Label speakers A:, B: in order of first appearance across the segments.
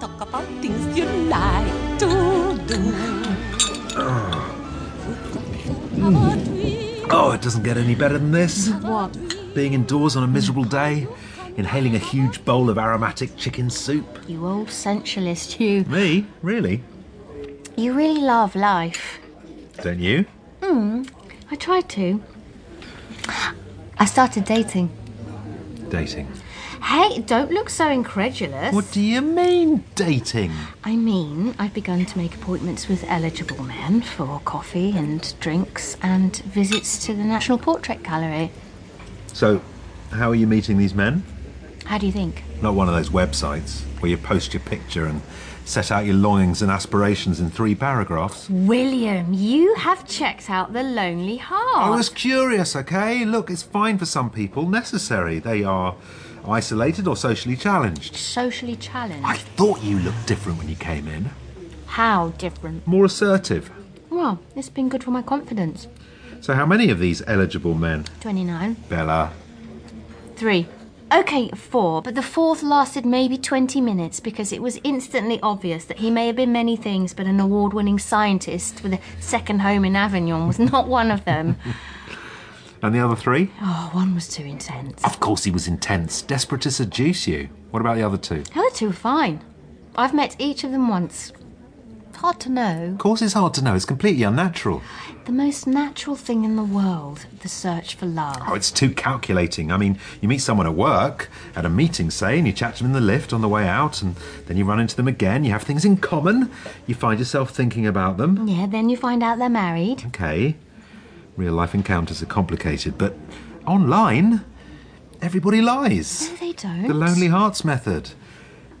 A: talk about things you like to do. Have a drink,
B: Oh, it doesn't get any better than this.
A: What?
B: Being indoors on a miserable day, inhaling a huge bowl of aromatic chicken soup.
C: You old sensualist, you.
B: Me? Really?
C: You really love life.
B: Don't you?
C: I tried to. I started dating.
B: Dating.
C: Hey, don't look so incredulous.
B: What do you mean, dating?
C: I mean, I've begun to make appointments with eligible men for coffee and drinks and visits to the National Portrait Gallery.
B: So, how are you meeting these men?
C: How do you think?
B: Not one of those websites where you post your picture and set out your longings and aspirations in three paragraphs.
C: William, you have checked out the lonely
B: I
C: heart.
B: was curious, okay? Look, it's fine for some people, necessary. They are isolated or socially challenged.
C: socially challenged.
B: I thought you looked different when you came in.
C: How different?
B: More assertive.
C: Well, it's been good for my confidence.
B: So, how many of these eligible men?
C: 29.
B: Bella.
C: Three. Okay, four, but the fourth lasted maybe 20 minutes because it was instantly obvious that he may have been many things, but an award winning scientist with a second home in Avignon was not one of them.
B: And the other three?
C: oh, one was too intense.
B: Of course, he was intense, desperate to seduce you. What about the other two?
C: The other two were fine. I've met each of them once. It's hard to know.
B: Of course, it's hard to know. It's completely unnatural.
C: The most natural thing in the world the search for love.
B: Oh, it's too calculating. I mean, you meet someone at work, at a meeting, say, and you chat to them in the lift on the way out, and then you run into them again. You have things in common. You find yourself thinking about them.
C: Yeah, then you find out they're married.
B: Okay, real life encounters are complicated, but online, everybody lies.
C: No, they don't.
B: The Lonely Hearts method.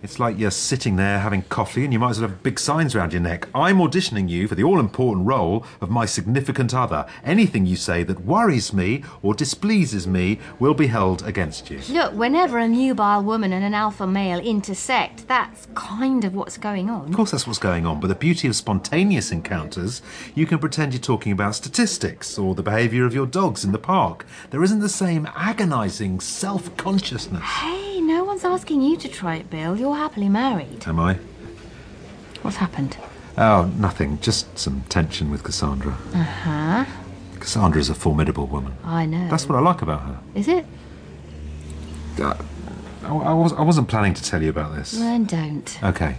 B: It's like you're sitting there having coffee and you might as well have big signs around your neck. I'm auditioning you for the all important role of my significant other. Anything you say that worries me or displeases me will be held against you.
C: Look, whenever a nubile woman and an alpha male intersect, that's kind of what's going
B: Of
C: on.
B: course, that's what's going on, but the beauty of spontaneous encounters, you can pretend you're talking about statistics or the behaviour of your dogs in the park. There isn't the same agonising self consciousness.
C: Hey, no one's asking you to try it, Bill. You're happily married.
B: Am I?
C: What's happened?
B: Oh, nothing. Just some tension with Cassandra.
C: Uh huh.
B: Cassandra is a formidable woman.
C: I know.
B: That's what I like about her.
C: Is it?
B: I, I was, I wasn't planning to tell you about this.
C: Then don't.
B: Okay.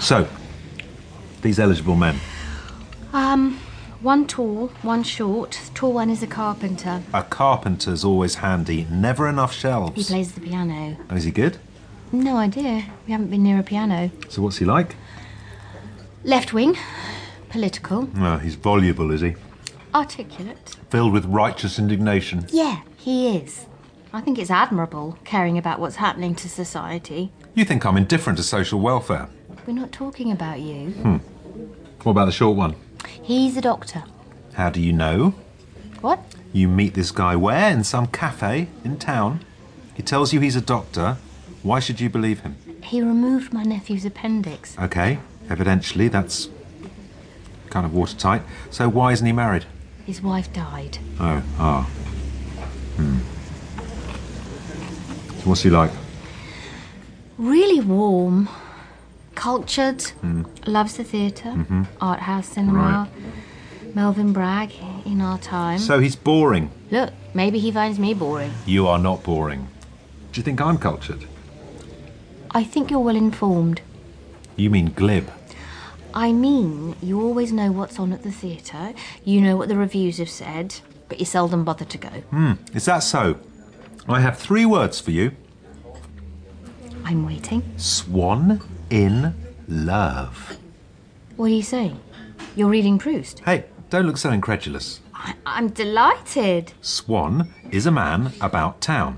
B: So, these eligible men.
C: Um, one tall, one short. The tall one is a carpenter.
B: A carpenter's always handy, never enough shelves.
C: He plays the piano.
B: Oh, is he good?
C: No idea. We haven't been near a piano.
B: So, what's he like?
C: Left wing. Political.
B: Well, he's voluble, is he?
C: Articulate.
B: Filled with righteous indignation.
C: Yeah, he is. I think it's admirable caring about what's happening to society.
B: You think I'm indifferent to social welfare?
C: We're not talking about you.
B: What about the short one?
C: He's a doctor.
B: How do you know?
C: What?
B: You meet this guy where? In some cafe in town. He tells you he's a doctor. Why should you believe him?
C: He removed my nephew's appendix.
B: Okay, evidentially that's kind of watertight. So why isn't he married?
C: His wife died.
B: Oh, ah. Hmm. So what's he like?
C: Really warm, cultured, loves the theater
B: Mm-hmm.
C: art house cinema. Melvin Bragg in our time.
B: So he's boring.
C: Look, maybe he finds me boring.
B: You are not boring. Do you think I'm cultured?
C: I think you're well informed.
B: You mean glib.
C: I mean, you always know what's on at the theater. You know what the reviews have said, but you seldom bother to go.
B: Is that so? I have three words for you.
C: I'm waiting.
B: Swan in love.
C: What are you saying? You're reading Proust.
B: Hey, don't look so incredulous.
C: I- I'm delighted.
B: Swan is a man about town,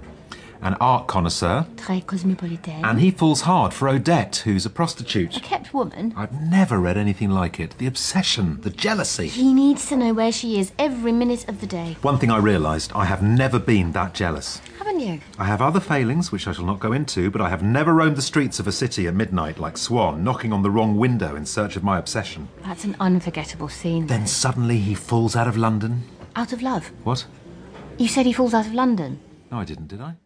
B: an art connoisseur,
C: Très cosmopolitaine.
B: and he falls hard for Odette, who's a prostitute.
C: a kept woman.
B: I've never read anything like it. The obsession, the jealousy.
C: He needs to know where she is every minute of the day.
B: One thing I realised I have never been that jealous.
C: Haven't you?
B: I have other failings, which I shall not go into, but I have never roamed the streets of a city at midnight like Swan, knocking on the wrong window in search of my obsession.
C: That's an unforgettable scene.
B: Then suddenly he falls out of London.
C: Out of love.
B: What?
C: You said he falls out of London.
B: No, I didn't, did I?